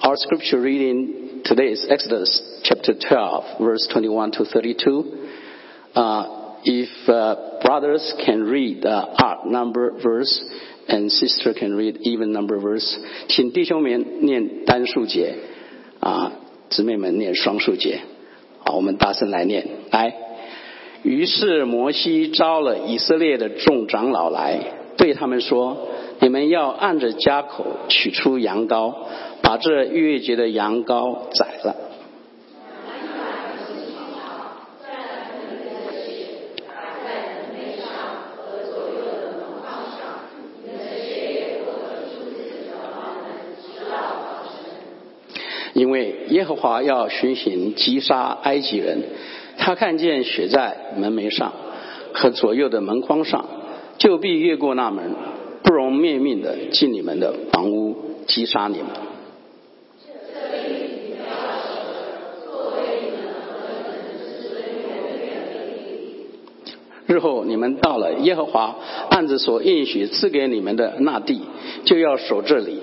Our scripture reading today is Exodus chapter 12, verse 21 to 32. Uh, if uh, brothers can read uh, odd number verse and sister can read even number verse，请弟兄们念单数节，啊，姊妹们念双数节。好，我们大声来念，来。于是摩西招了以色列的众长老来，对他们说：“你们要按着家口取出羊羔，把这逾越节的羊羔宰了。”因为耶和华要巡行击杀埃及人，他看见血在门楣上和左右的门框上，就必越过那门，不容灭命的进你们的房屋击杀你们。日后你们到了耶和华按着所应许赐给你们的那地，就要守这里。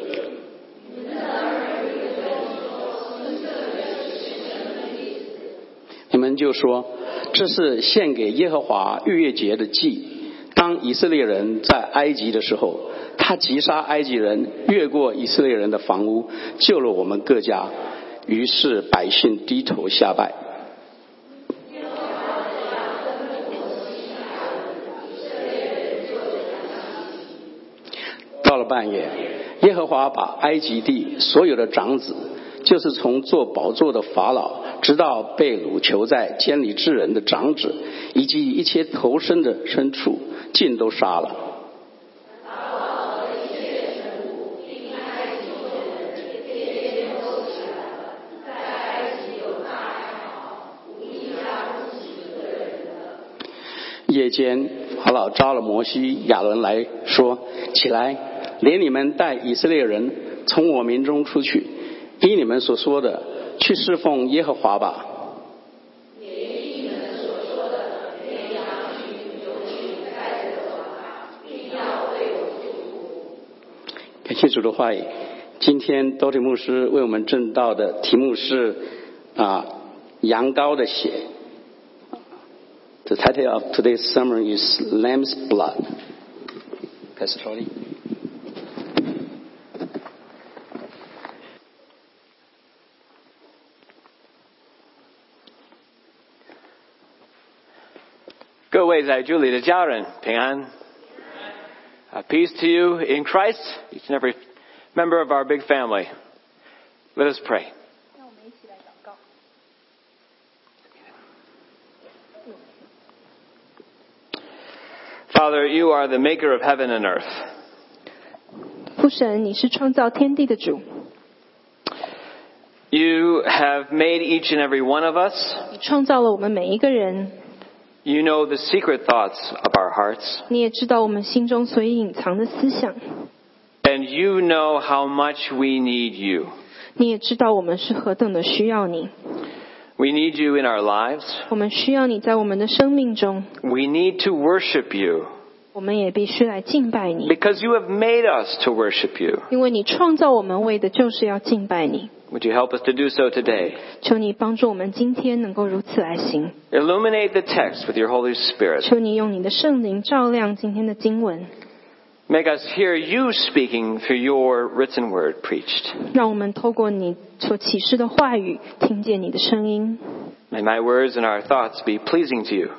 你们就说：“这是献给耶和华逾越节的祭。当以色列人在埃及的时候，他击杀埃及人，越过以色列人的房屋，救了我们各家。于是百姓低头下拜。”到了半夜，耶和华把埃及地所有的长子，就是从做宝座的法老，直到被掳囚在监里之人的长子，以及一切投生的牲畜，尽都杀了。夜间，法老招了摩西、亚伦来说：“起来，连你们带以色列人从我民中出去，依你们所说的去侍奉耶和华吧。”感谢主的话语。今天多提牧师为我们正道的题目是啊、羊羔的血。The title of today's sermon is Lamb's Blood. Pastor Tony. 各位在这里的家人平安。Uh, peace to you in Christ, each and every member of our big family. Let us pray. 让我们一起来祷告。 Father, you are the maker of heaven and earth. 父神，你是创造天地的主， You have made each and every one of us. 你创造了我们每一个人， You know the secret thoughts of our hearts. 你也知道我们心中所隐藏的思想， And you know how much we need you. 你也知道我们是何等的需要你。 We need you in our lives. 我们需要你在我们的生命中， We need to worship you 我们也必须来敬拜你， because you have made us to worship you. 因为你创造我们为的就是要敬拜你。 Would you help us to do so today? 求你帮助我们今天能够如此来行。 Illuminate the text with your Holy Spirit. 求你用你的圣灵照亮今天的经文， Make us hear you speaking through your written word preached. 让我们透过你所启示的话语，听见你的声音。 May my words and our thoughts be pleasing to you.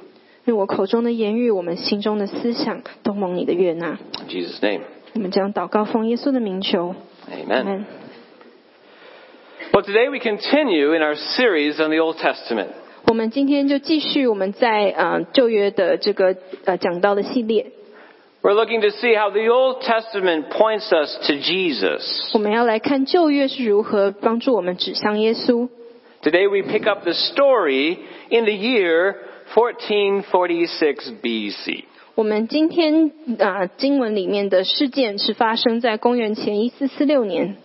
愿我口中的言语，我们心中的思想，都蒙你的悦纳。 In Jesus' name. 我们将祷告奉耶稣的名求。 Amen. 们 Well, today we continue in our series on the Old Testament. 我们今天就继续我们在呃旧约的这个呃讲到的系列， We're looking to see how the Old Testament points us to Jesus. 我们要来看旧约是如何帮助我们指向耶稣。 Today we pick up the story in the year 1446 BC. 我们今天啊、呃经文里面的事件是发生在公元前一四四六年，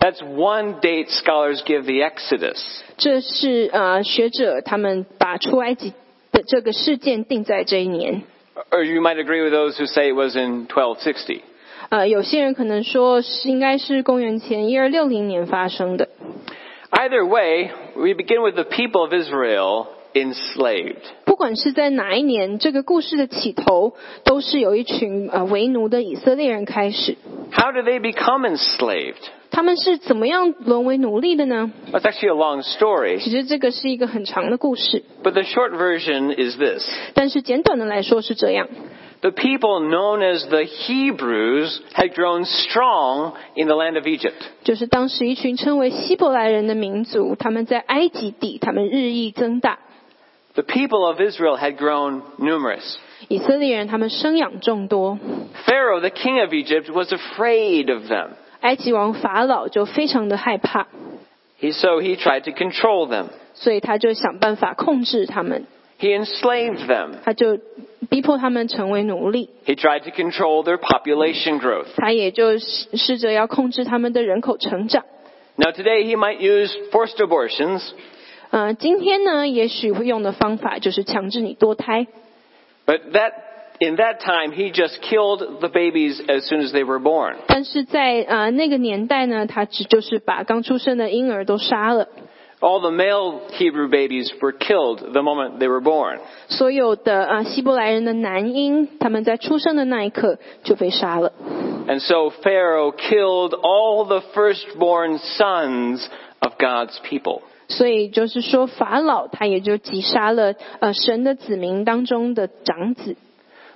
That's one date scholars give the Exodus. 这是呃学者他们把出埃及的这个事件定在这一年。 Or you might agree with those who say it was in 1260. 呃，有些人可能说是应该是公元前一二六零年发生的。 Either way, we begin with the people of Israel enslaved. 不管是在哪一年，这个故事的起头都是由一群呃为奴的以色列人开始。 How do they become enslaved? 他们是怎么样沦为奴隶的呢？ That's actually a long story, 其实这个是一个很长的故事， but the short version is this. 但是简短的来说是这样： The people known as the Hebrews had grown strong in the land of Egypt. 就是当时一群称为希伯来人的民族，他们在埃及地，他们日益增大。 The people of Israel had grown numerous. 以色列人他们生养众多， Pharaoh, the king of Egypt, was afraid of them. 埃及王法老就非常的害怕， He, so he tried to control them. 所以他就想办法控制他们， He enslaved them. 他就逼迫他们成为奴隶， He tried to control their population growth. 他也就试试着要控制他们的人口成长。 Now today he might use forced abortions, 呃，今天呢，也许会用的方法就是强制你堕胎， but that in that time he just killed the babies as soon as they were born. 但是在呃那个年代呢，他只就是把刚出生的婴儿都杀了， All the male Hebrew babies were killed the moment they were born. 所有的呃希伯来人的男婴，他们在出生的那一刻就被杀了， And so Pharaoh killed all the firstborn sons of God's people. 所以就是说法老他也就击杀了呃神的子民当中的长子，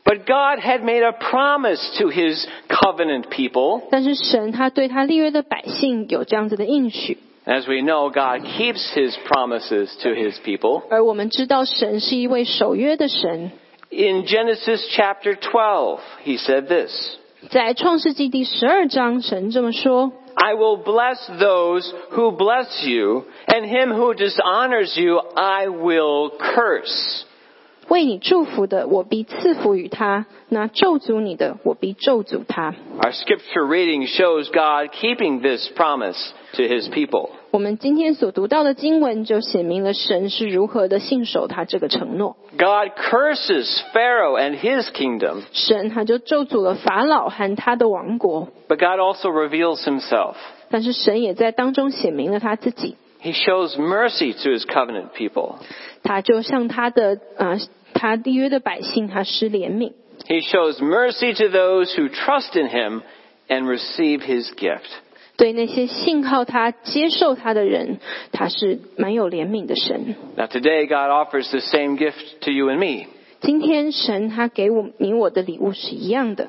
But God had made a promise to his covenant people. 但是神他对他立约的百姓有这样子的应许， As we know, God keeps his promises to his people. 而我们知道神是一位守约的神， In Genesis chapter 12, he said this, 在创世纪第十二章，神这么说。 I will bless those who bless you, and him who dishonors you I will curse. 为你祝福的，我必赐福于他；那咒诅你的，我必咒诅他。 Our scripture reading shows God keeping this promise to his people. 我们今天所读到的经文就写明了神是如何的信守他这个承诺。 God curses Pharaoh and his kingdom, 神他就咒诅了法老和他的王国， but God also reveals himself. 但是神也在当中写明了他自己， He shows mercy to his covenant people. 他就向他的呃他立约的百姓他施怜悯， He shows mercy to those who trust in him and receive his gift. 对那些信靠他、接受他的人，他是蛮有怜悯的神。 Now today God offers the same gift to you and me. 今天神他给我你我的礼物是一样的，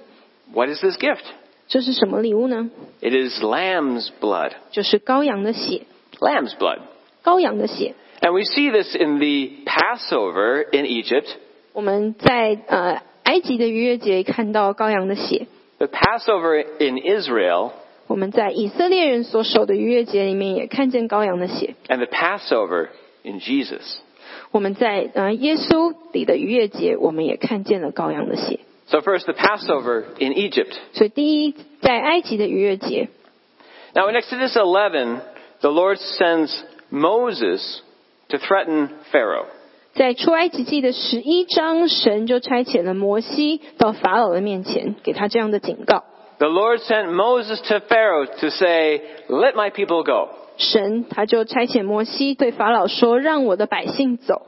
What is this gift? 这是什么礼物呢？ It is lamb's blood. 就是羔羊的血， Lamb's blood. 羔羊的血。 And we see this in the Passover in Egypt. 我们在呃埃及的逾越节看到羔羊的血， The Passover in Israel 我们在以色列人所守的逾越节里面也看见羔羊的血， and the Passover in Jesus. 我们在呃耶稣里的逾越节我们也看见了羔羊的血。 So first the Passover in Egypt. 所以第一，在埃及的逾越节， Now in Exodus 11, the Lord sends Moses to threaten Pharaoh. 在出埃及记的十一章，神就差遣了摩西到法老的面前，给他这样的警告。 The Lord sent Moses to Pharaoh to say, let my people go. 神他就差遣摩西对法老说：“让我的百姓走。”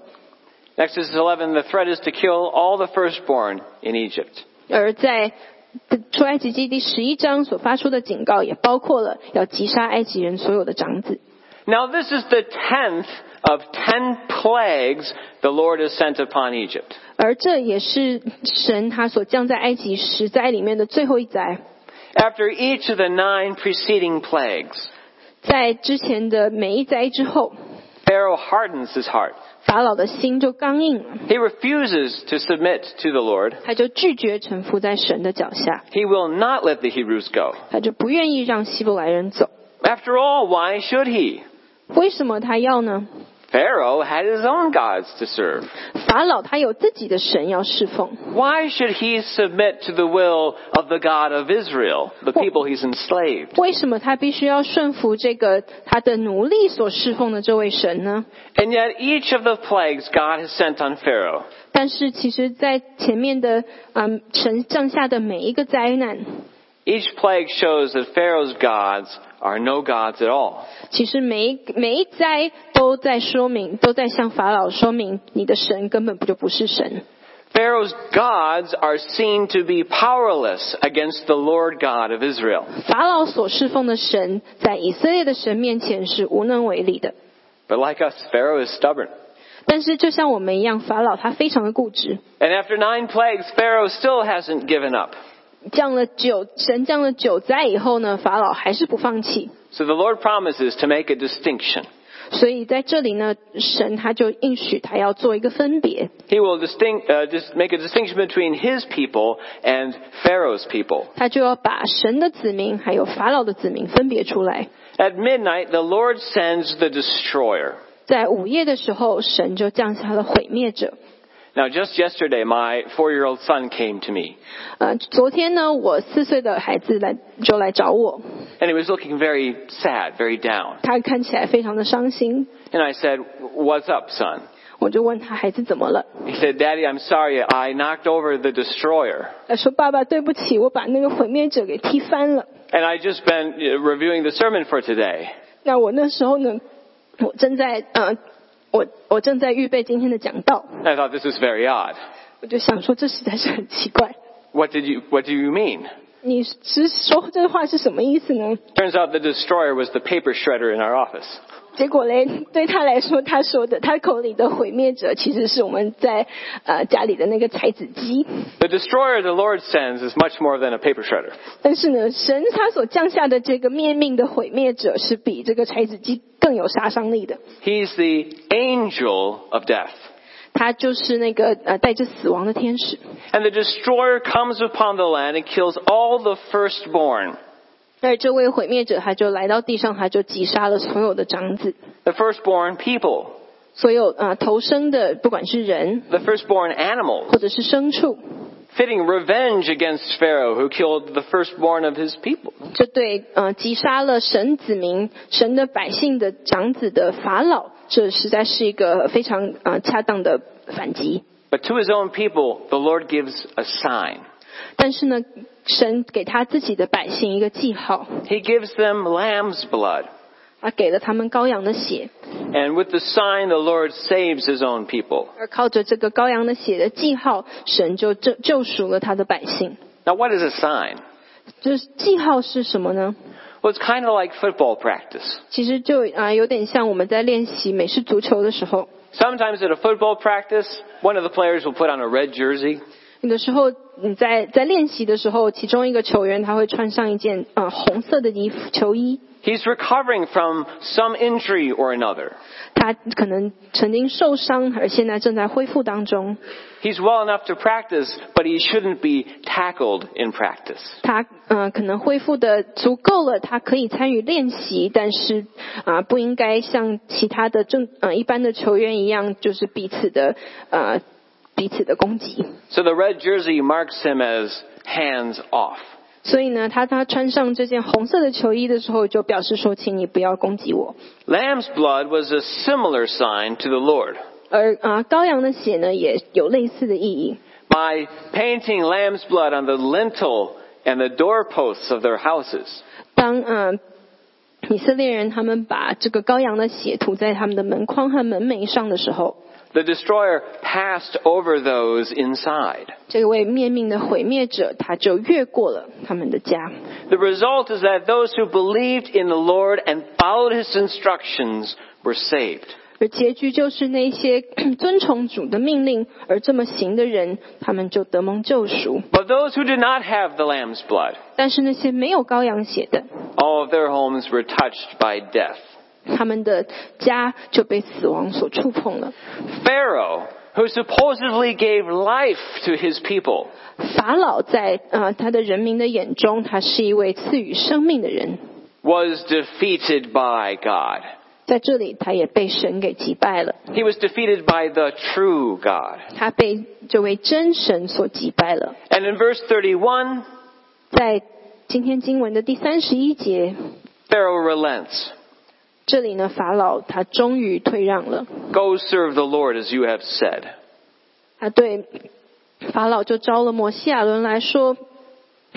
Exodus 11, the threat is to kill all the firstborn in Egypt. 而在出埃及记第十一章所发出的警告，也包括了要击杀埃及人所有的长子。 Now this is the tenth of ten plagues the Lord has sent upon Egypt. 而这也是神他所降在埃及十灾里面的最后一灾。 After each of the nine preceding plagues, 在之前的每一灾之后， Pharaoh hardens his heart. 法老的心就刚硬了， He refuses to submit to the Lord. 他就拒绝臣服在神的脚下， He will not let the Hebrews go. 他就不愿意让希伯来人走。 After all, why should he? 为什么他要呢？ Pharaoh had his own gods to serve. 法老他有自己的神要侍奉， Why should he submit to the will of the God of Israel, the people he's enslaved? 为什么他必须要顺服这个他的奴隶所侍奉的这位神呢？ And yet each of the plagues God has sent on Pharaoh 但是其实，在前面的嗯神降下的每一个灾难， Each plague shows that Pharaoh's gods are no gods at all. 其实每一每一灾都在说明，都在向法老说明，你的神根本不就不是神。 Pharaoh's gods are seen to be powerless against the Lord God of Israel. 法老所侍奉的神，在以色列的神面前是无能为力的。 But like us, Pharaoh is stubborn. 但是就像我们一样，法老他非常的固执。 And after nine plagues, Pharaoh still hasn't given up. 降了九神降了九灾以后呢，法老还是不放弃。 So the Lord promises to make a distinction. 所以在这里呢，神他就应许他要做一个分别， He will distinct, uh, just make a distinction between his people and Pharaoh's people. 他就要把神的子民还有法老的子民分别出来。 At midnight, the Lord sends the destroyer. 在午夜的时候，神就降下了毁灭者。 Now, just yesterday, my four-year-old son came to me, 呃，昨天呢，我四岁的孩子来就来找我， and he was looking very sad, very down. 他看起来非常的伤心， And I said, "What's up, son?" 我就问他孩子怎么了， He said, "Daddy, I'm sorry. I knocked over the destroyer." 他说爸爸对不起，我把那个毁灭者给踢翻了。 And I just been uh, reviewing the sermon for today, 那我那时候呢，我正在呃，我我正在预备今天的讲道， and I thought this is very odd. 我就想说这实在是很奇怪， What did you What do you mean? 你是说这话是什么意思呢？ Turns out the destroyer was the paper shredder in our office. 结果嘞，对他来说，他说的他口里的毁灭者，其实是我们在呃家里的那个裁纸机。 The destroyer the Lord sends is much more than a paper shredder. 但是呢，神他所降下的这个灭命的毁灭者，是比这个裁纸机更有杀伤力的。 He's the angel of death. 他就是那个呃带着死亡的天使。 And the destroyer comes upon the land and kills all the firstborn. 而这位毁灭者，他就来到地上，他就击杀了所有的长子， The firstborn people, 所有呃投生的，不管是人 the firstborn animals, 或者是牲畜， fitting revenge against Pharaoh who killed the firstborn of his people. 这对呃击杀了神子民、神的百姓的长子的法老，这实在是一个非常呃恰当的反击。 But to his own people, the Lord gives a sign. 但是呢，神给他自己的百姓一个记号， He gives them lamb's blood. 啊，给了他们羔羊的血， And with the sign, the Lord saves his own people. 而靠着这个羔羊的血的记号，神就救救赎了他的百姓。 Now what is a sign? 就是记号是什么呢？ Well, it's kind of like football practice. 其实就啊、有点像我们在练习美式足球的时候， Sometimes at a football practice, one of the players will put on a red jersey. 有的时候你在在练习的时候，其中一个球员他会穿上一件呃红色的衣服球衣， He's recovering from some injury or another. 他可能曾经受伤，而现在正在恢复当中。 He's well enough to practice, but he shouldn't be tackled in practice. 他呃可能恢复的足够了，他可以参与练习，但是啊、不应该像其他的正呃一般的球员一样，就是彼此的呃彼此的攻击。 So the red jersey marks him as hands off. 所以呢，他他穿上这件红色的球衣的时候，就表示说，请你不要攻击我。 Lamb's blood was a similar sign to the Lord. 而啊、呃羔羊的血呢，也有类似的意义。 By painting lamb's blood on the lintel and the doorposts of their houses, 当呃以色列人他们把这个羔羊的血涂在他们的门框和门楣上的时候， the destroyer passed over those inside. 这位灭命的毁灭者他就越过了他们的家。 The result is that those who believed in the Lord and followed his instructions were saved. 而结局就是那些 遵从主的命令而这么行的人，他们就得蒙救赎。 But those who did not have the lamb's blood, 但是那些没有羔羊血的， all of their homes were touched by death. 他们的家就被死亡所触碰了。 Pharaoh, who supposedly gave life to his people, 法老在呃他的人民的眼中，他是一位赐予生命的人， was defeated by God. 在这里他也被神给击败了， He was defeated by the true God. 他被这位真神所击败了。 And in verse 31, 在今天经文的第三十一节， Pharaoh relents. 这里呢法老他终于退让了， Go serve the Lord as you have said. 他对法老就招了摩西亚伦来说。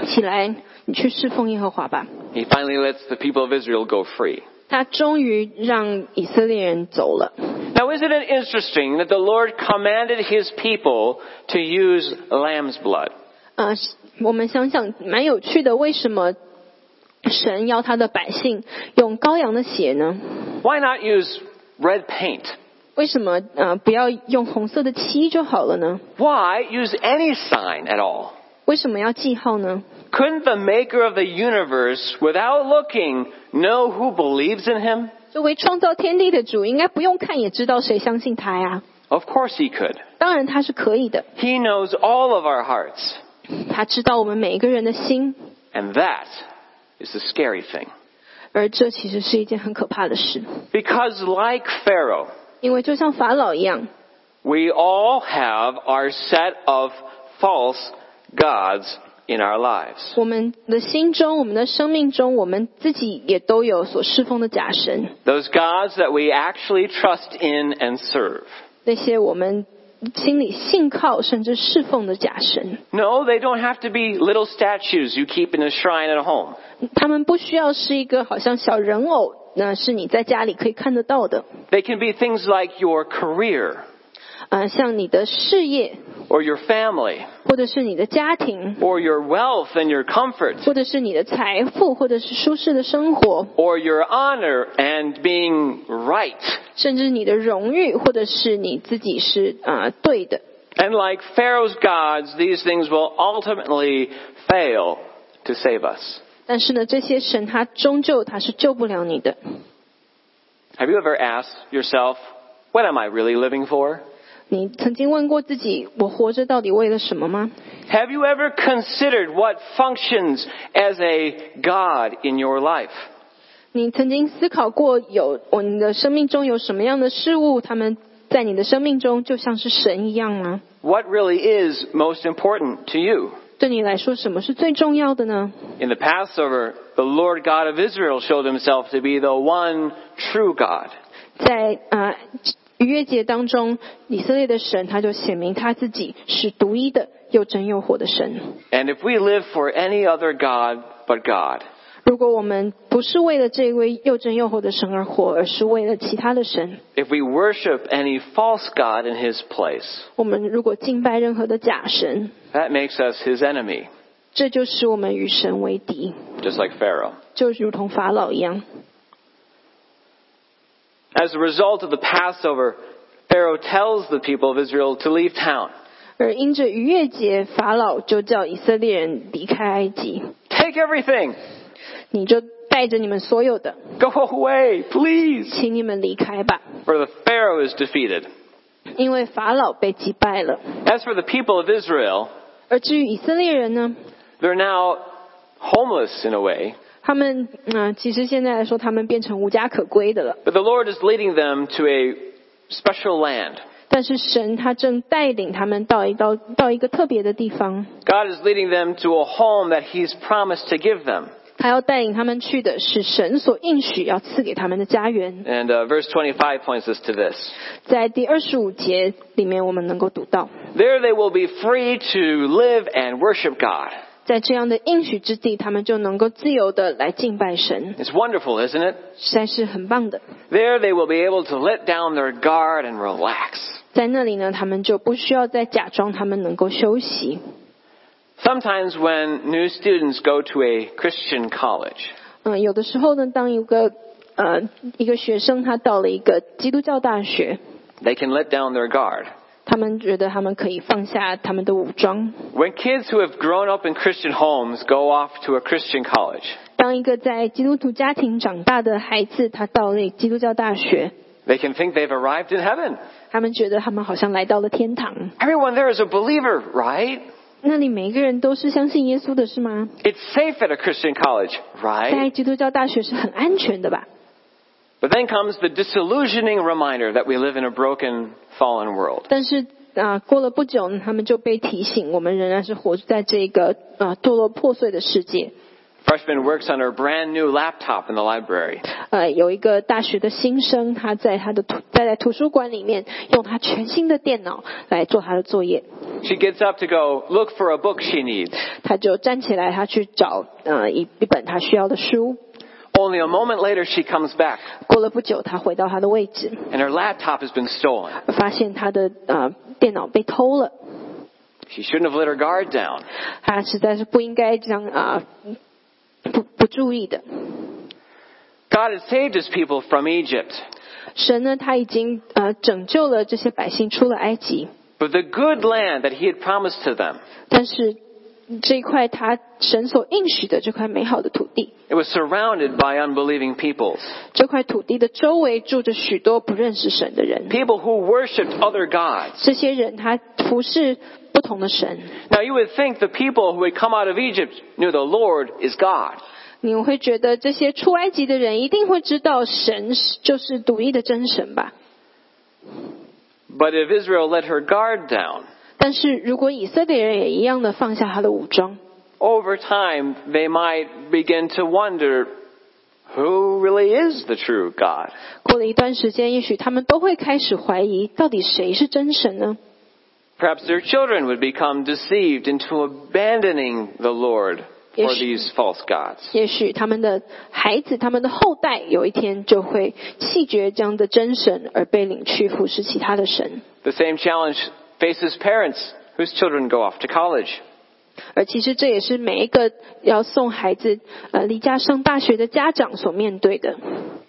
起来，你去侍奉耶和华吧。 He finally lets the people of Israel go free. 他终于让以色列人走了。 Now, isn't it interesting that the Lord commanded his people to use lamb's blood? 呃，我们想想，蛮有趣的，为什么神要他的百姓用羔羊的血呢？ Why not use red paint? 为什么呃不要用红色的漆就好了呢？ Why use any sign at all? 为什么要记号呢？ Couldn't the maker of the universe, without looking, know who believes in him? 作为创造天地的主，应该不用看也知道谁相信他呀。 Of course he could. 当然他是可以的， He knows all of our hearts. 他知道我们每一个人的心， And that is the scary thing. 而这其实是一件很可怕的事， Because like Pharaoh, 因为就像法老一样， we all have our set of false gods in our lives. 我们的心中、我们的生命中，我们自己也都有所侍奉的假神， Those gods that we actually trust in and serve. 那些我们心里信靠甚至侍奉的假神， No, they don't have to be little statues you keep in a shrine at home. 他们不需要是一个好像小人偶，那是你在家里可以看得到的， They can be things like your career 呃，像你的事业， or your family 或者是你的家庭， or your wealth and your comfort 或者是你的财富，或者是舒适的生活， or your honor and being right. 甚至你的荣誉，或者是你自己是啊、呃对的。 And like Pharaoh's gods, these things will ultimately fail to save us. 但是呢，这些神他终究他是救不了你的。 Have you ever asked yourself, what am I really living for? 你曾经问过自己，我活着到底为了什么吗？ Have you ever considered what functions as a God in your life? 你曾经思考过有我你的生命中有什么样的事物，他们在你的生命中就像是神一样吗？ What really is most important to you? 对你来说，什么是最重要的呢？ In the Passover, the Lord God of Israel showed himself to be the one true God. 在啊、呃逾越节当中，以色列的神他就显明他自己是独一的、又真又活的神。 And if we live for any other God but God, 如果我们不是为了这位又真又活的神而活，而是为了其他的神， if we worship any false God in his place, 我们如果敬拜任何的假神， that makes us his enemy, 这就使我们与神为敌， just like Pharaoh. 就如同法老一样。 As a result of the Passover, Pharaoh tells the people of Israel to leave town. 而因着逾越节，法老就叫以色列人离开埃及， Take everything! 你就带着你们所有的， Go away, please! 请你们离开吧， For the Pharaoh is defeated. 因为法老被击败了。 As for the people of Israel, 而至于以色列人呢， they're now homeless in a way, 他们嗯、呃其实现在来说，他们变成无家可归的了。 but the Lord is leading them to a special land. 但是神他正带领他们到一到到一个特别的地方， God is leading them to a home that He's promised to give them. 他要带领他们去的是神所应许要赐给他们的家园。 And uh, verse 25 points us to this. 在第二十五节里面，我们能够读到， There they will be free to live and worship God. 在这样的应许之地，他们就能够自由的来敬拜神， It's wonderful, isn't it? 实在是很棒的。 There they will be able to let down their guard and relax. 在那里呢，他们就不需要再假装他们能够休息。 Sometimes when new students go to a Christian college, 嗯，有的时候呢，当一个呃一个学生他到了一个基督教大学， they can let down their guard. 他们觉得他们可以放下他们的武装。 When kids who have grown up in Christian homes go off to a Christian college, 当一个在基督徒家庭长大的孩子，他到了基督教大学， they can think they've arrived in heaven. 他们觉得他们好像来到了天堂。 Everyone there is a believer, right? 那里每一个人都是相信耶稣的，是吗？ It's safe at a Christian college, 在 right? 基督教大学是很安全的吧？ But then comes the disillusioning reminder that we live in a broken, fallen world. 但是啊、过了不呃久，他们就被提醒，我们仍然是活在这个啊、堕落破碎的世界。 Freshman works on her brand new laptop in the library. 呃，有一个大学的新生，他在他的图待在图书馆里面，用他全新的电脑来做他的作业。 She gets up to go look for a book she needs. 他就站起来，他去找呃一一本他需要的书。 Only a moment later, she comes back, 过了不久，他回到他的位置， and her laptop has been stolen. 发现他的呃电脑被偷了。 She shouldn't have let her guard down. 他实在是不应该这样啊、不不注意的。 God had saved his people from Egypt. 神呢，他已经呃拯救了这些百姓出了埃及， But the good land that he had promised to them, 但是这块他神所应许的这块美好的土地， it was surrounded by unbelieving peoples. 这块土地的周围住着许多不认识神的人。 People who worshipped other gods. 这些人他服侍不同的神， Now you would think the people who had come out of Egypt knew the Lord is God. 你们会觉得这些出埃及的人一定会知道神是就是独一的真神吧？ But if Israel let her guard down, 但是如果以色列人也一样的放下他的武装， over time they might begin to wonder who really is the true God. 过了一段时间，也许他们都会开始怀疑，到底谁是真神呢？ Perhaps their children would become deceived into abandoning the Lord for Yes. these false gods. 也许他们的孩子、他们的后代有一天就会弃绝这样的真神，而被领去服侍其他的神。 The same challenge faces parents whose children go off to college. 而其实这也是每一个要送孩子呃离家上大学的家长所面对的。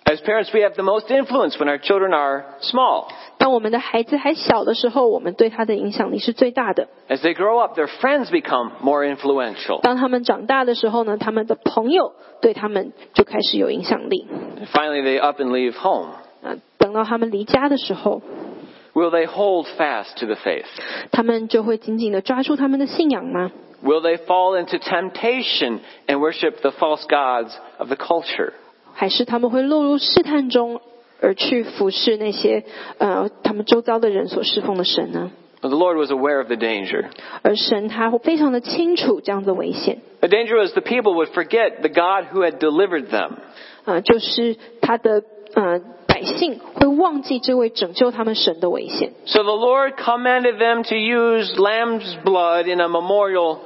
As parents, we have the most influence when our children are small. 当我们的孩子还小的时候，我们对他的影响力是最大的。 As they grow up, their friends become more influential. 当他们长大的时候呢，他们的朋友对他们就开始有影响力。 And finally, they up and leave home. 啊，等到他们离家的时候， Will they hold fast to the faith? 他们就会紧紧的抓住他们的信仰吗？ Will they fall into temptation and worship the false gods of the culture? 还是他们会落入试探中，而去服侍那些呃他们周遭的人所侍奉的神呢？ The Lord was aware of the danger. 而神他会非常的清楚这样的危险， The danger was the people would forget the God who had delivered them. 啊、就是他的呃百姓会忘记这位拯救他们神的危险， So the Lord commanded them to use lamb's blood in a memorial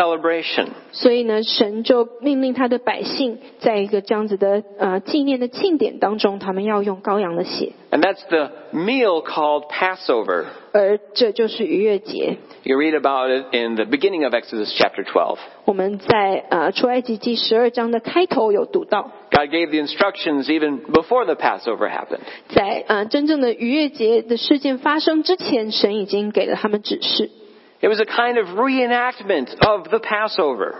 celebration. 所以呢，神就命令他的百姓在一个这样子的呃纪念的庆典当中，他们要用羔羊的血， And that's the meal called Passover. 而这就是逾越节。 You read about it in the beginning of Exodus chapter 12. 我们在呃出埃及记十二章的开头有读到， God gave the instructions even before the Passover happened. 在呃真正的逾越节的事件发生之前，神已经给了他们指示。 It was a kind of reenactment of the Passover.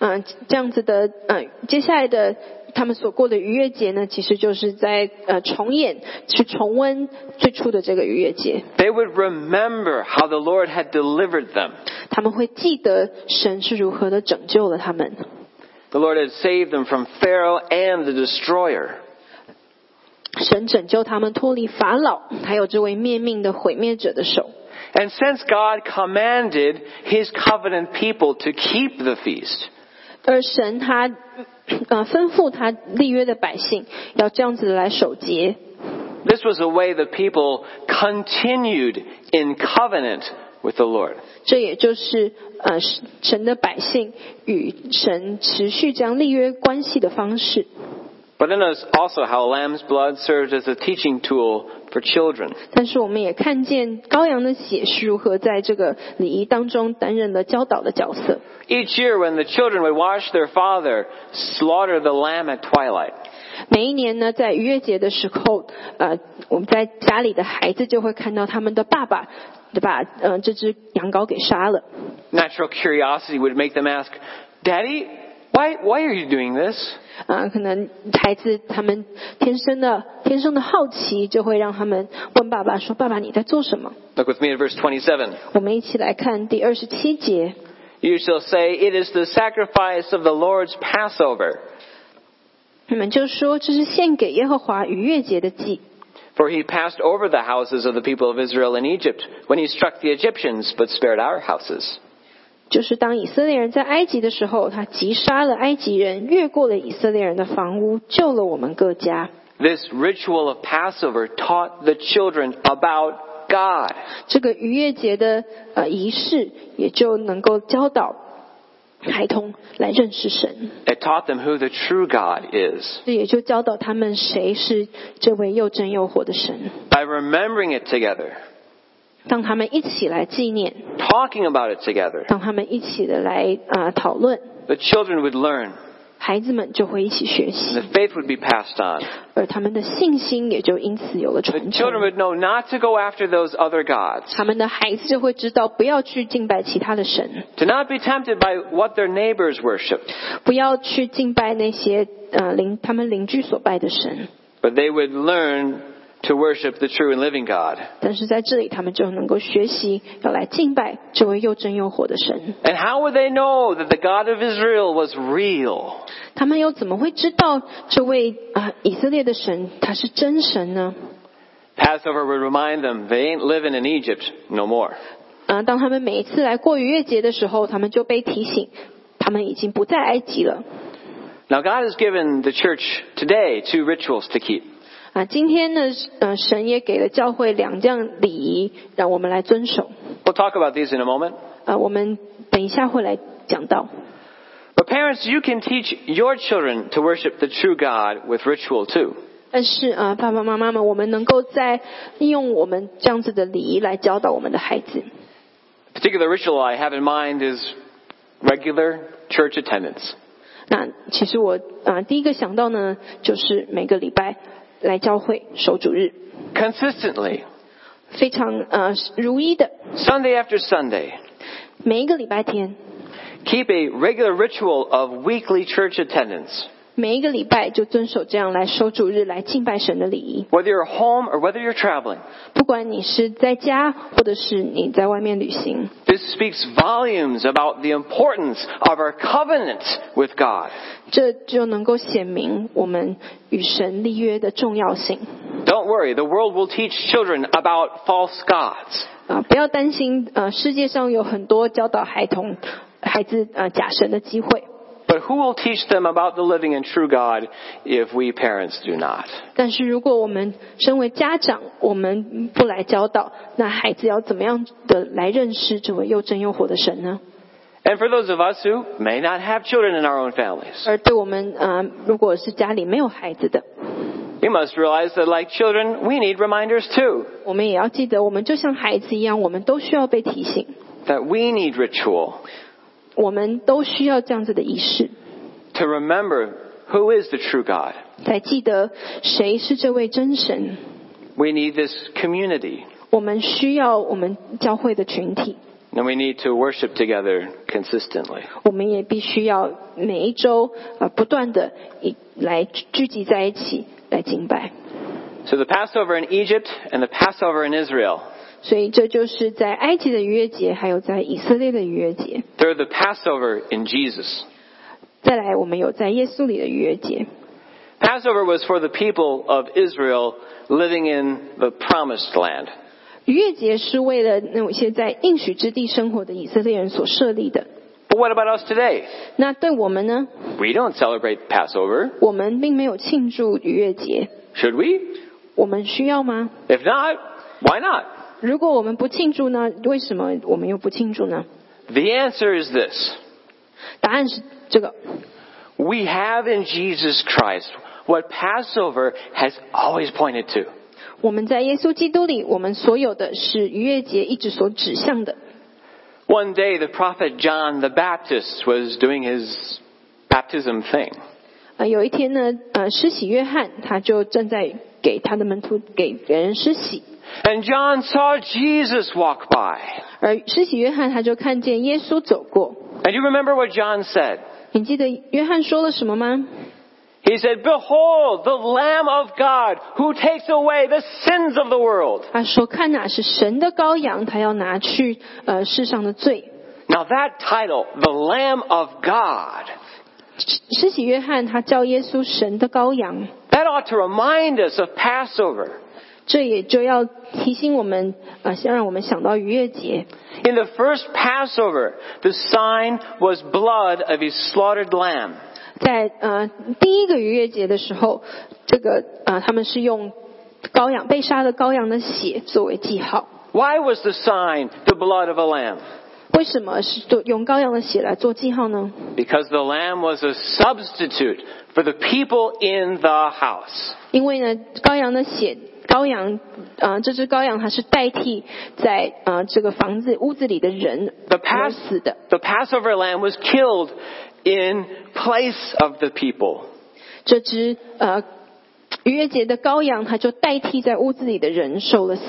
嗯、这样子的，嗯、接下来的他们所过的逾越节呢，其实就是在呃重演、去重温最初的这个逾越节。 They would remember how the Lord had delivered them. 他们会记得神是如何的拯救了他们， The Lord had saved them from Pharaoh and the destroyer. 神拯救他们脱离法老，还有这位灭命的毁灭者的手。 And since God commanded his covenant people to keep the feast, 而神他呃吩咐他立约的百姓要这样子来守节， this was a way the people continued in covenant with the Lord. 这也就是呃神的百姓与神持续这样立约关系的方式。 But then notice also how lamb's blood served as a teaching tool for children. 但是我们也看见羔羊的血是如何在这个礼仪当中担任了教导的角色。 Each year when the children would watch their father slaughter the lamb at twilight, 每一年呢，在逾越节的时候，呃，我们在家里的孩子就会看到他们的爸爸，对吧？嗯、这只羊羔给杀了。 natural curiosity would make them ask, Daddy, why, why are you doing this? 啊、可能孩子他们天生的天生的好奇，就会让他们问爸爸说：“爸爸，你在做什么 Look with me at verse 27.？” 我们一起来看第二十七节。 You shall say, It is the sacrifice of the Lord's Passover, 你们就说这是献给耶和华逾越节的祭， for he passed over the houses of the people of Israel in Egypt when he struck the Egyptians, but spared our houses. 就是当以色列人在埃及的时候，他击杀了埃及人，越过了以色列人的房屋，救了我们各家。 This ritual of Passover taught the children about God. 这个逾越节的呃仪式，也就能够教导孩童来认识神， It taught them who the true God is. 这也就教导他们谁是这位又真又活的神。 By remembering it together, 当他们一起来纪念， talking about it together, 当他们一起的来啊、呃讨论， the children would learn. 孩子们就会一起学 and 习， The faith would be passed on. 而他们的信心也就因此有了 The 传 children 承。 would know not to go after those other gods, 他们的孩子就会知道，不要去敬拜其他的神， to not be tempted by what their neighbors worship, 不要去敬拜那些呃邻他们邻居所拜的神。 but they would learn to worship the true and living God. 但是在这里，他们就能够学习要来敬拜这位又真又活的神。 And how would they know that the God of Israel was real? 他们又怎么会知道这位啊、呃以色列的神他是真神呢？ Passover would remind them they ain't living in Egypt no more. 啊，当他们每一次来过逾越节的时候，他们就被提醒，他们已经不在埃及了。 Now God has given the church today two rituals to keep. 啊，今天呢，呃，神也给了教会两样礼仪，让我们来遵守。 We'll talk about these in a moment. 啊，我们等一下会来讲到。 But parents, you can teach your children to worship the true God with ritual too. 但是啊，爸爸妈妈们，我们能够在利用我们这样子的礼仪来教导我们的孩子。 particular ritual I have in mind is regular church attendance. 那其实我啊，第一个想到呢，就是每个礼拜来教会守主日， Consistently, 非常呃如一的， Sunday after Sunday, 每一个礼拜天， keep a regular ritual of weekly church attendance. 每一个礼拜就遵守这样来守主日来敬拜神的礼仪。 Whether you're home or whether you're traveling, 不管你是在家，或者是你在外面旅行， this speaks volumes about the importance of our covenant with God. 这就能够显明我们与神立约的重要性。 Don't worry, the world will teach children about false gods. 啊，不要担心，呃，世界上有很多教导孩童、孩子呃假神的机会， But who will teach them about the living and true God if we parents do not? 但是如果我们身为家长，我们不来教导，那孩子要怎么样的来认识这位又真又活的神呢？ And for those of us who may not have children in our own families, 而对我们，呃，如果是家里没有孩子的， We must realize that, like children, we need reminders too. 我们也要记得，我们就像孩子一样，我们都需要被提醒， That we need ritual 我们都需要这样子的仪式， to remember who is the true God. 才记得谁是这位真神。 We need this community, 我们需要我们教会的群体， and we need to worship together consistently. 我们也必须要每一周呃不断的来聚集在一起来敬拜。 So the Passover in Egypt and the Passover in Israel, 所以这就是在埃及的逾越节，还有在以色列的逾越节。 they're the Passover in Jesus. 再来，我们有在耶稣里的逾越节。 Passover was for the people of Israel living in the promised land. 逾越节是为了那些在应许之地生活的以色列人所设立的。 But what about us today? 那对我们呢？ We don't celebrate Passover, 我们并没有庆祝逾越节， should we? 我们需要吗？ If not, why not? 如果我们不庆祝呢？为什么我们又不庆祝呢？ The answer is this. 答案是这个： We have in Jesus Christ what Passover has always pointed to. 我们在耶稣基督里，我们所有的是逾越节一直所指向的。 One day the prophet John the Baptist was doing his baptism thing. 呃，有一天呢，呃，施洗约翰他就正在给他的门徒给别人施洗， And John saw Jesus walk by. 而施洗约翰他就看见耶稣走过。 And you remember what John said? 你记得约翰说了什么吗？ He said, Behold, the Lamb of God who takes away the sins of the world. 他说：“看哪是神的羔羊，他要拿去呃世上的罪。 Now that title, the Lamb of God, ”施洗约翰他叫耶稣神的羔羊， that ought to remind us of Passover. 这也就要提醒我们，呃，先让我们想到逾越节。 In the first Passover, the sign was blood of a slaughtered lamb. 在呃第一个逾越节的时候，这个呃他们是用羔羊被杀的羔羊的血作为记号。 Why was the sign the blood of a lamb? 为什么是做用羔羊的血来做记号呢？ Because the lamb was a substitute for the people in the house. 因为呢，羔羊的血，羔羊，呃，这只羔羊它是代替在呃这个房子屋子里的人 The 而 pass 死的。 the Passover lamb was killed in place of the people. 这只呃逾越节的羔羊，它就代替在屋子里的人受了死。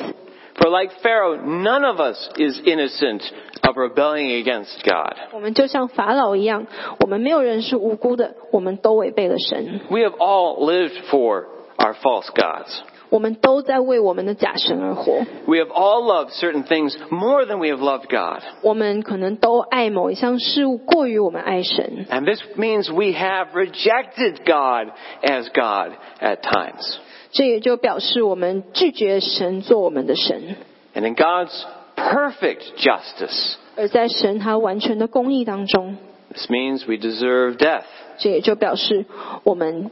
For like Pharaoh, none of us is innocent of rebelling against God. 我们就像法老一样，我们没有人是无辜的，我们都违背了神， We have all lived for our false gods. 我们都在为我们的假神而活。 We have all loved certain things more than we have loved God. 我们可能都爱某一项事物过于我们爱神， And this means we have rejected God as God at times. 这也就表示我们拒绝神做我们的神。 And in God's perfect justice, 而在神他完全的公义当中， this means we deserve death. 这也就表示我们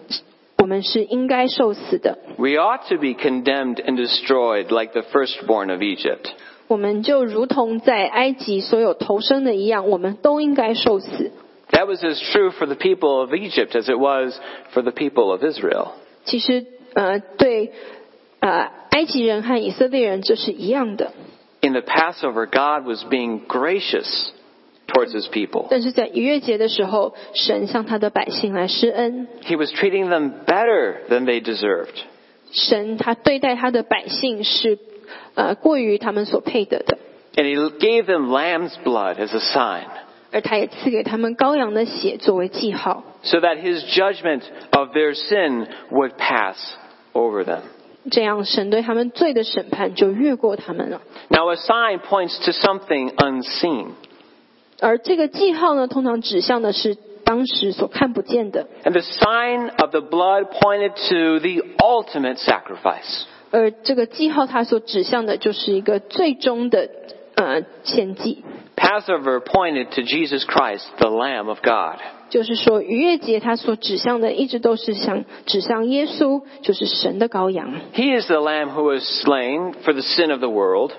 我们是应该受死的， We ought to be condemned and destroyed like the firstborn of Egypt. 我们就如同在埃及所有投生的一样，我们都应该受死。 That was as true for the people of Egypt as it was for the people of Israel. 其实呃，对呃埃及人和以色列人这是一样的， In the Passover, God was being gracious towards his people. 但是在逾越节的时候，神向他的百姓来施恩， He was treating them better than they deserved. 神他对待他的百姓是呃过于他们所配得的， And he gave them lamb's blood as a sign, 而他也赐给他们羔羊的血作为记号。 so that his judgment of their sin would pass over them. 这样，神对他们罪的审判就越过他们了。 Now, a sign points to something unseen. 而这个记号呢，通常指向的是当时所看不见的， And the sign of the blood pointed to the ultimate sacrifice. 而这个记号它所指向的就是一个最终的呃献祭， Passover pointed to Jesus Christ, the Lamb of God. 就是说逾越节它所指向的一直都是想指向耶稣，就是神的羔羊。 He is the Lamb who was slain for the sin of the world.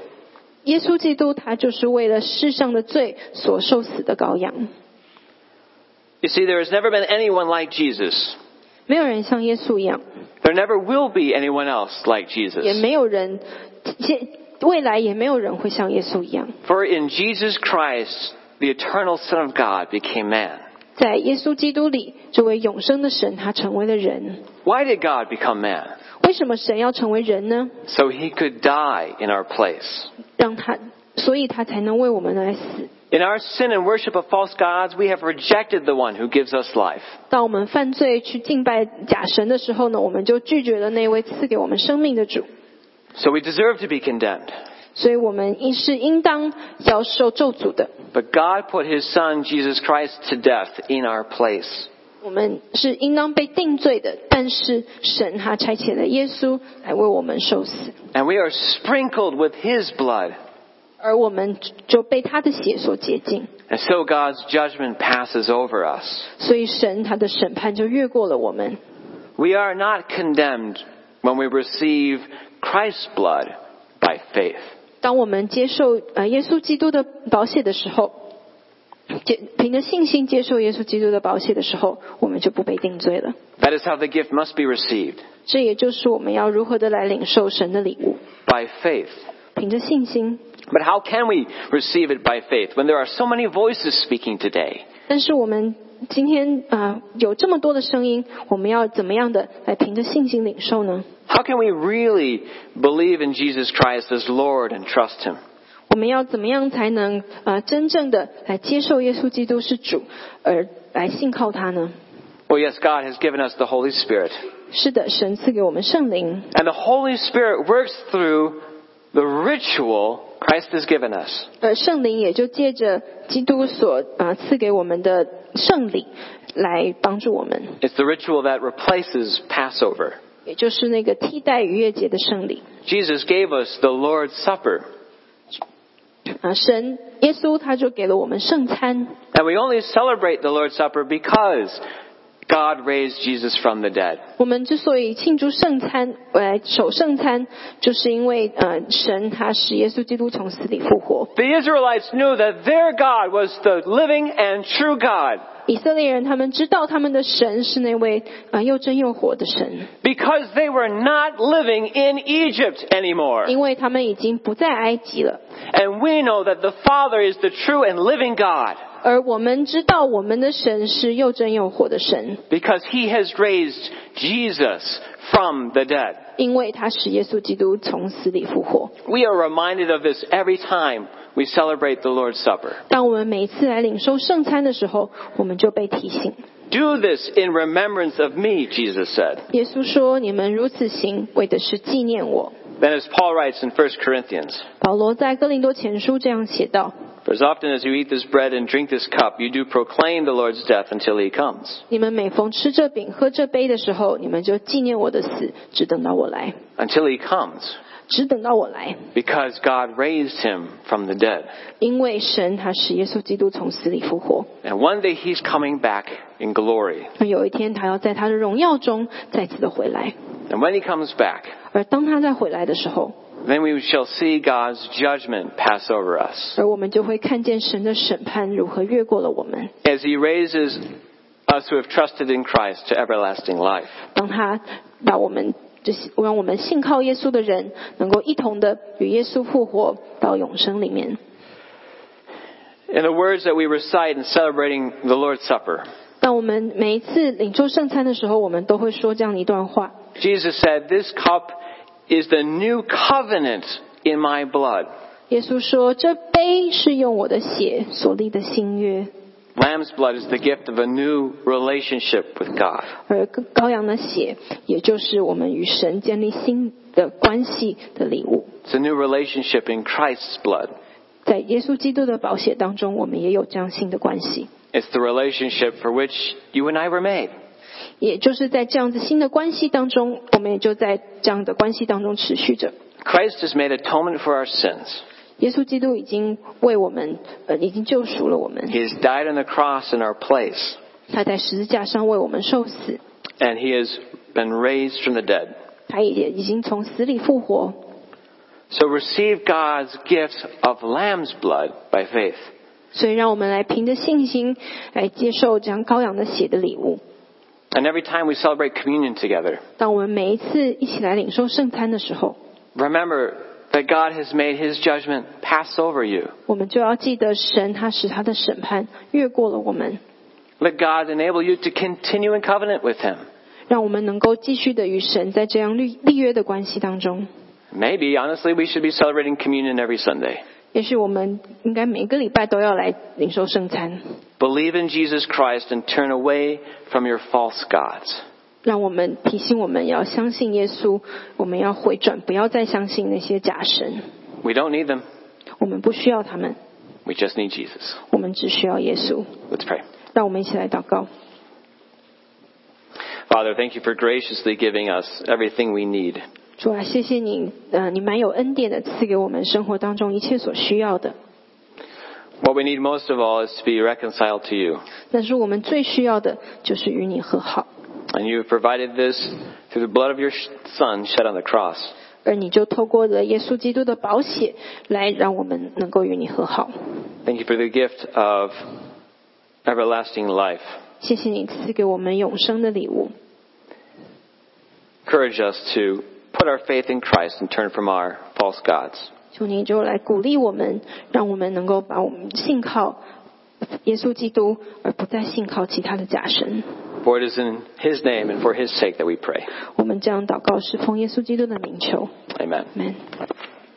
耶稣基督他就是为了世上的罪所受死的羔羊， You see, there has never been anyone like Jesus. 没有人像耶稣一样， There never will be anyone else like 也 Jesus. 没有人现未来也没有人会像耶稣一样。 For in Jesus Christ, the eternal Son of God became man. 在耶稣基督里，这位永生的神，他成为了人。 Why did God become man? 为什么神要成为人呢？ So he could die in our place. 让他，所以他才能为我们来死。 In our sin and worship of false gods, we have rejected the one who gives us life. 当我们犯罪去敬拜假神的时候呢，我们就拒绝了那位赐给我们生命的主， So we deserve to be condemned. 所以我们应是应当要受咒诅的。 But God put his son, Jesus Christ, to death in our place. 我们是应当被定罪的，但是神他差遣了耶稣来为我们受死， And we are sprinkled with his blood. 而我们就被他的血所洁净， And so God's judgment passes over us. 所以神他的审判就越过了我们。 We are not condemned when we receive Christ's blood by faith. 当我们接受呃耶稣基督的保险的时候，接凭着信心接受耶稣基督的保险的时候，我们就不被定罪了。 That is how the gift must be received 这也就是我们要如何的来领受神的礼物， by faith. 凭着信心。 But how can we receive it by faith when there are so many voices speaking today? 但是我们今天啊、呃有这么多的声音，我们要怎么样的来凭着信心领受呢？ How can we really believe in Jesus Christ as Lord and trust him? 我们要怎么样才能呃真正的来接受耶稣基督是主，而来信靠他呢？ Well, yes, God has given us the Holy Spirit. 是的，神赐给我们圣灵， And the Holy Spirit works through the ritual Christ has given us. 呃，圣灵也就借着基督所啊赐给我们的圣礼来帮助我们。 It's the ritual that replaces Passover. 也就是那个替代逾越节的圣礼。 Jesus gave us the Lord's Supper, 啊，神耶稣他就给了我们圣餐， and we only celebrate the Lord's Supper because God raised Jesus from the dead. 我们之所以庆祝圣餐，呃，守圣餐，就是因为呃，神他使耶稣基督从死里复活。 The Israelites knew that their God was the living and true God. 以色列人他们知道他们的神是那位呃又真又活的神， Because they were not living in Egypt anymore. 因为他们已经不在埃及了。 And we know that the Father is the true and living God 而我们知道我们的神是又真又活的神， because He has raised Jesus from the dead. 因为他使耶稣基督从死里复活。 We are reminded of this every time we celebrate the Lord's Supper. 当我们每一次来领受圣餐的时候，我们就被提醒。 Do this in remembrance of me, Jesus said. 耶稣说：“你们如此行，为的是纪念我。 Then as Paul writes in 1 Corinthians, ”保罗在哥林多前书这样写道 for as often as you eat this bread and drink this cup, you do proclaim the Lord's death until he comes.：“ 你们每逢吃这饼、喝这杯的时候，你们就纪念我的死，只等到我来， Until he comes. 只等到我来。 Because God raised him from the dead. 因为神他使耶稣基督从死里复活， And one day he's coming back in glory. 那有一天他要在他的荣耀中再次的回来。 And when he comes back, 而当他再回来的时候， then we shall see God's judgment pass over us 而我们就会看见神的审判如何越过了我们。 as He raises us who have trusted in Christ to everlasting life. 当他把我们这些让我们信靠耶稣的人，能够一同的与耶稣复活到永生里面。 In the words that we recite in celebrating the Lord's Supper, 当我们每一次领受圣餐的时候，我们都会说这样一段话： Jesus said, This cup is the new covenant in my blood. 耶稣说，这杯是用我的血所立的新约， Lamb's blood is the gift of a new relationship with God. 而羔羊的血，也就是我们与神建立新的关系的礼物。 It's a new relationship in Christ's blood. 在耶稣基督的宝血当中，我们也有这样新的关系， It's the relationship for which you and I were made. 也就是在这样子新的关系当中，我们也就在这样的关系当中持续着。 Christ has made atonement for our sins. 耶稣基督已经为我们，呃，已经救赎了我们。 He has died on the cross in our place, 他在十字架上为我们受死， and he has been raised from the dead. 他也已经从死里复活。 So receive God's gift of lamb's blood by faith. 所以，让我们来凭着信心来接受这样羔羊的血的礼物。 And every time we celebrate communion together, 当我们每一次一起来领受圣餐的时候， remember that God has made his judgment pass over you. 我们就要记得神他使他的审判越过了我们， Let God enable you to continue in covenant with him. 让我们能够继续的与神在这样立立约的关系当中。 Maybe, honestly, we should be celebrating communion every Sunday. 也许我们应该每个礼拜都要来领受圣餐， Believe in Jesus Christ and turn away from your false gods. 让我们提醒我们要相信耶稣，我们要回转，不要再相信那些假神。 We don't need them. 我们不需要他们， We just need Jesus. 我们只需要耶稣。 Let's pray. 让我们一起来祷告， Father, thank you for graciously giving us everything we need. 主啊，谢谢你，呃，你蛮有恩典的，赐给我们生活当中一切所需要的。 What we need most of all is to be reconciled to you. 但是我们最需要的就是与你和好， And you have provided this through the blood of your sh- Son shed on the cross. 而你就透过了耶稣基督的宝血，来让我们能够与你和好。 Thank you for the gift of everlasting life. 谢谢你赐给我们永生的礼物， Encourage us to put our faith in Christ and turn from our false gods. 求你就来鼓励我们，让我们能够把我们信靠耶稣基督，而不再信靠其他的假神。 For it is in His name and for His sake that we pray. 我们这样祷告是奉耶稣基督的名求 Amen. ，Amen。